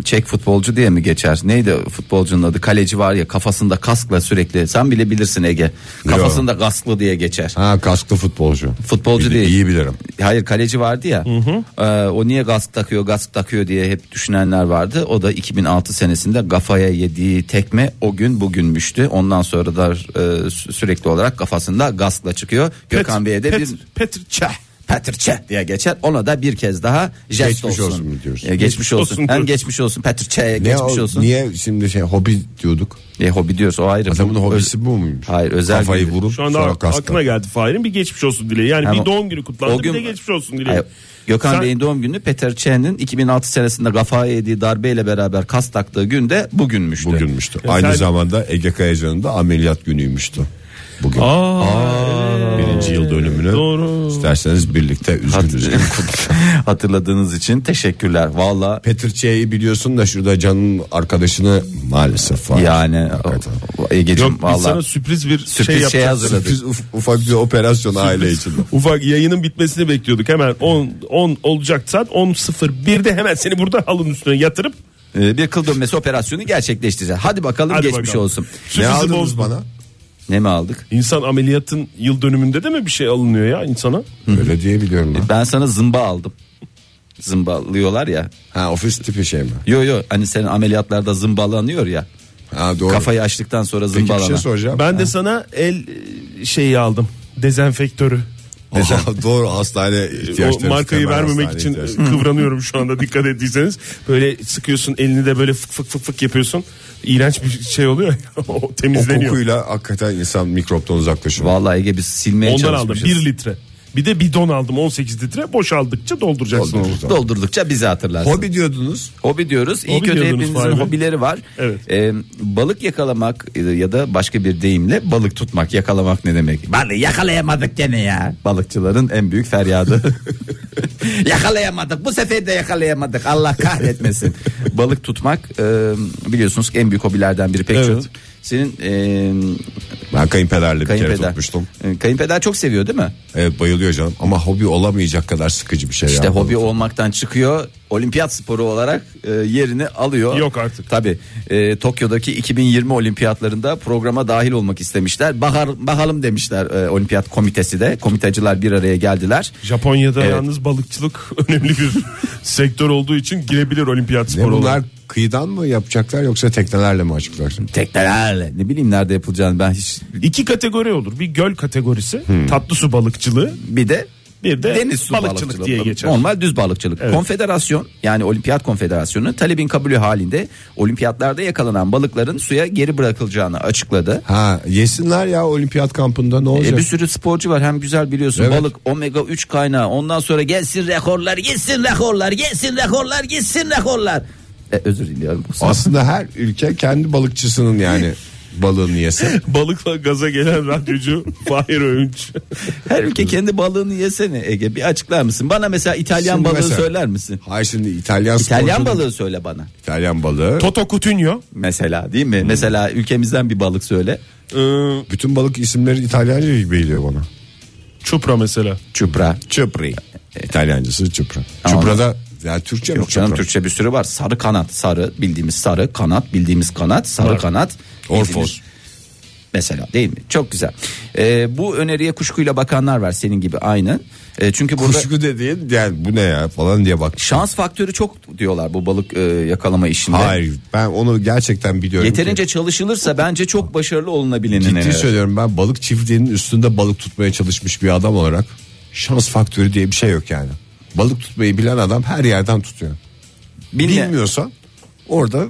C: e, Çek futbolcu diye mi geçer? Neydi futbolcunun adı? Kaleci var ya kafasında kaskla sürekli. Sen bile bilirsin Ege. Kafasında kasklı diye geçer.
B: Ha kasklı futbolcu.
C: Futbolcu
B: Bil-
C: değil.
B: İyi bilirim.
C: Hayır kaleci vardı ya. E, o niye kask takıyor, kask takıyor diye hep düşünenler vardı. O da 2006 senesinde kafaya yediği tekme o gün bugünmüştü. Ondan sonra da e, sü- sürekli olarak kafasında kaskla çıkıyor. Gökhan Bey'e de
D: Petr-
C: bir
D: Petr Çeh.
C: Petrçe diye geçer. Ona da bir kez daha jest
B: Geçmiş
C: olsun.
B: olsun mu diyorsun?
C: Ee, geçmiş,
D: Geçmiş
C: olsun.
D: olsun
C: Hem
D: diyoruz.
C: geçmiş olsun Petrçe'ye
B: Ne
C: geçmiş
B: o-
C: olsun.
B: Niye şimdi şey hobi diyorduk?
C: E, hobi diyoruz o ayrı.
B: Adamın
C: Bu-
B: hobisi bu muymuş?
C: Hayır, özel
B: Kafayı
C: günü.
B: vurup
D: Şu anda
B: sonra kaskla.
D: aklına geldi Fahir'in bir geçmiş olsun dileği. Yani
C: Ama
D: bir doğum günü kutlandı
C: o gün-
D: bir de geçmiş olsun dileği.
C: Hayır, Gökhan
D: Sen-
C: Bey'in doğum günü Peter Çe'nin 2006 senesinde kafaya yediği darbeyle beraber kas taktığı gün de bugünmüştü.
B: Bugünmüştü.
D: Ya
B: Aynı
D: sen-
B: zamanda Ege Kayacan'ın da ameliyat günüymüştü. Bugün. Birinci yıl dönümünü
D: Doğru.
B: isterseniz birlikte üzgün
C: Hat-
B: üzgün.
C: Hatırladığınız için teşekkürler. Valla
B: Peter Çey'i biliyorsun da şurada Can'ın arkadaşını maalesef var.
C: yani
B: Hakikaten.
C: o- e, Ege'cim
D: Yok biz sana
C: valla
D: sürpriz bir
C: Sürpriz
D: şey
C: şey
D: yapacağız.
C: hazırladık.
B: Sürpriz uf- ufak bir operasyon aile için.
D: Ufak yayının bitmesini bekliyorduk. Hemen 10 10 olacak saat 10.01'de hemen seni burada halının üstüne yatırıp
C: e, bir kıl dönmesi operasyonu gerçekleştireceğiz. Hadi bakalım
D: Hadi
C: geçmiş
D: bakalım.
C: olsun.
B: ne
D: Sürprizi
B: aldınız
D: bozdun.
B: bana?
C: Ne mi aldık?
D: İnsan ameliyatın yıl dönümünde de mi bir şey alınıyor ya insana?
B: Öyle diye biliyorum ben.
C: Ben sana zımba aldım. Zımbalıyorlar ya.
B: Ha ofis tipi şey mi?
C: Yo yo hani senin ameliyatlarda zımbalanıyor ya.
B: Ha doğru.
C: Kafayı açtıktan sonra
B: Peki bir
C: zımbalanan.
B: şey soracağım.
D: Ben de sana el e, şeyi aldım. Dezenfektörü.
B: Oha, doğru hastane ihtiyaçları.
D: o markayı
B: temel
D: vermemek
B: hastane
D: için
B: ihtiyaçları.
D: kıvranıyorum şu anda dikkat ettiyseniz. Böyle sıkıyorsun elini de böyle fık fık fık fık yapıyorsun. İğrenç bir şey oluyor ya. o
B: O
D: temizleniyor.
B: kokuyla hakikaten insan mikroptan uzaklaşıyor.
C: Vallahi Ege biz silmeye
D: Ondan aldım
C: çalışmışız.
D: 1 litre. Bir de bidon aldım 18 litre boşaldıkça dolduracaksın onu.
C: Doldurdukça bizi hatırlarsın. Hobi,
B: Hobi diyordunuz.
C: diyoruz. İyi
D: Hobi
C: kötü
D: diyordunuz
C: hepimizin
D: Fahri Bey.
C: hobileri var.
D: Evet.
C: Ee, balık yakalamak e, ya da başka bir deyimle balık tutmak, yakalamak ne demek? Balığı yakalayamadık gene ya. Balıkçıların en büyük feryadı. yakalayamadık. Bu sefer de yakalayamadık. Allah kahretmesin. balık tutmak e, biliyorsunuz ki en büyük hobilerden biri pek
D: Evet.
C: çok. Senin e,
B: Ben kayınpederle bir kere
C: Kayınpeder.
B: tutmuştum.
C: E, Kayınpeder çok seviyor değil mi?
B: Evet bayılıyor canım ama hobi olamayacak kadar sıkıcı bir şey.
C: İşte
B: ya.
C: hobi olmaktan çıkıyor. Olimpiyat sporu olarak e, yerini alıyor.
D: Yok artık.
C: Tabii. E, Tokyo'daki 2020 olimpiyatlarında programa dahil olmak istemişler. Bahar, bakalım demişler e, olimpiyat komitesi de. Komitacılar bir araya geldiler.
D: Japonya'da
C: Evet.
D: yalnız balıkçılık önemli bir sektör olduğu için girebilir olimpiyat
B: Ne
D: sporu.
B: bunlar
D: olarak.
B: kıyıdan mı yapacaklar yoksa teknelerle mi açıklar?
C: Teknelerle. Ne bileyim nerede yapılacağını ben hiç...
D: İki kategori olur. Bir göl kategorisi,
B: Hmm.
D: tatlı su balıkçılığı.
C: Bir de
D: Bir de
C: deniz su
D: balıkçılık
C: balıkçılığı.
D: diye geçer.
C: Normal düz balıkçılık. Konfederasyon yani Olimpiyat Konfederasyonu talebin kabulü halinde olimpiyatlarda yakalanan balıkların suya geri bırakılacağını açıkladı.
B: Ha yesinler ya olimpiyat kampında ne olacak?
C: E, bir sürü sporcu var hem güzel biliyorsun
B: Evet.
C: balık omega 3 kaynağı ondan sonra gelsin rekorlar gitsin rekorlar gitsin rekorlar gitsin rekorlar. E, özür diliyorum.
B: Aslında her ülke kendi balıkçısının yani balığını yesin.
D: Balıkla gaza gelen radyocu Fahir Öğünç.
C: Her ülke kendi balığını yesene Ege bir açıklar mısın? Bana mesela İtalyan
B: Şimdi
C: balığı
B: mesela-
C: söyler misin?
B: Hayır şimdi İtalyan
C: İtalyan
B: sporcu-
C: balığı söyle bana
B: İtalyan balığı.
D: Toto Coutinho.
C: mesela değil mi? Mesela ülkemizden bir balık söyle.
D: Ee,
B: Bütün balık isimleri İtalyanca gibi geliyor bana.
D: Çupra mesela.
C: Çupra.
B: Çöpri. İtalyancası çupra.
C: Tamam.
B: Çupra'da yani Türkçe mi?
C: Yok canım
B: çupra?
C: Türkçe bir sürü var. Sarı kanat, sarı bildiğimiz sarı kanat, bildiğimiz kanat, sarı
D: Var.
C: kanat.
B: Orfoz.
C: bildiğimiz- Mesela değil mi? Çok güzel. Ee, bu öneriye kuşkuyla bakanlar var senin gibi aynı. Ee, çünkü burada
B: Kuşku dediğin yani bu ne ya falan diye bak.
C: şans faktörü çok diyorlar bu balık e, yakalama işinde.
B: Hayır ben onu gerçekten
D: şey
B: biliyorum.
C: Yeterince çalışılırsa bence çok başarılı
B: ki,
C: olunabilenine.
B: ciddi söylüyorum ben balık çiftliğinin üstünde balık tutmaya çalışmış bir adam olarak şans faktörü diye bir şey yok yani. Balık tutmayı bilen adam her yerden tutuyor.
C: Bilmiyorum.
B: Bilmiyorsan orada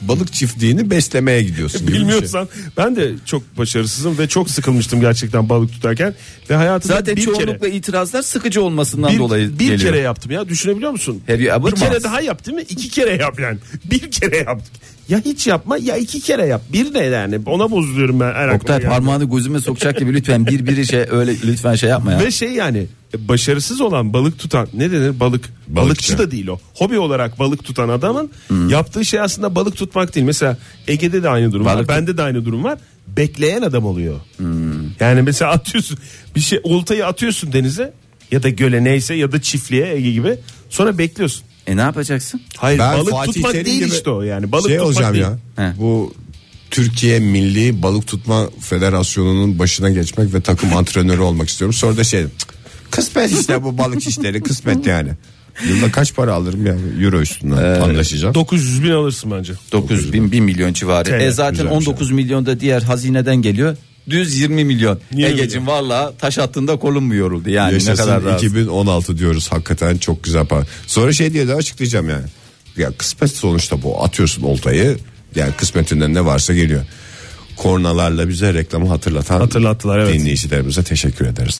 B: balık çiftliğini beslemeye gidiyorsun. gibi bir şey.
D: Bilmiyorsan ben de çok başarısızım ve çok sıkılmıştım gerçekten balık tutarken ve hayatımda
C: Zaten
D: bir kere
C: çoğunlukla itirazlar sıkıcı olmasından
D: bir,
C: dolayı
D: bir
C: geliyor.
D: kere yaptım ya düşünebiliyor musun?
C: Have you ever
D: bir kere
C: once?
D: daha yap değil mi? İki kere yap yani. Bir kere yaptık. Ya hiç yapma ya iki kere yap. Bir ne yani ona bozuluyorum ben. Her aklıma
C: Oktay
D: geldi.
C: parmağını gözüme sokacak gibi lütfen bir biri şey öyle lütfen şey yapma ya.
D: Ve şey yani e, başarısız olan balık tutan ne denir balık balıkçı da değil o. Hobi olarak balık tutan adamın
B: Hmm.
D: yaptığı şey aslında balık tutmak değil. Mesela Ege'de de aynı durum var.
C: Balık-
D: Bende de aynı durum var. Bekleyen adam oluyor.
B: Hmm.
D: Yani mesela atıyorsun bir şey oltayı atıyorsun denize ya da göle neyse ya da çiftliğe Ege gibi. Sonra bekliyorsun.
C: E ne yapacaksın?
D: Hayır
B: Ben
D: E, balık
B: Fatih
D: tutmak
B: Terim
D: değil
B: gibi
D: işte o yani. Balık
B: şey
D: tutmak
B: olacağım
D: değil.
B: ya.
C: He.
B: Bu Türkiye Milli Balık Tutma Federasyonu'nun başına geçmek ve takım antrenörü olmak istiyorum. Sonra da şey "Cık, kısmet işte bu balık işleri kısmet yani. Yılda kaç para alırım yani euro üstünden
C: Ee,
B: anlaşacağım.
D: 900 bin alırsın bence.
C: 900 bin 1 milyon civarı.
D: Evet,
C: e zaten
B: güzelmiş
C: 19 milyon da diğer hazineden geliyor. Düz 20 milyon.
D: 20
C: Egeciğim valla taş attığında kolum mu yoruldu yani
B: Yaşasın
C: Hani ne kadar razı.
B: 2016 diyoruz hakikaten çok güzel para. Sonra şey diye de açıklayacağım yani. Ya kısmet sonuçta bu atıyorsun oltayı yani kısmetinden ne varsa geliyor. Kornalarla bize reklamı hatırlatan
D: Hatırlattılar, evet.
B: dinleyicilerimize teşekkür ederiz.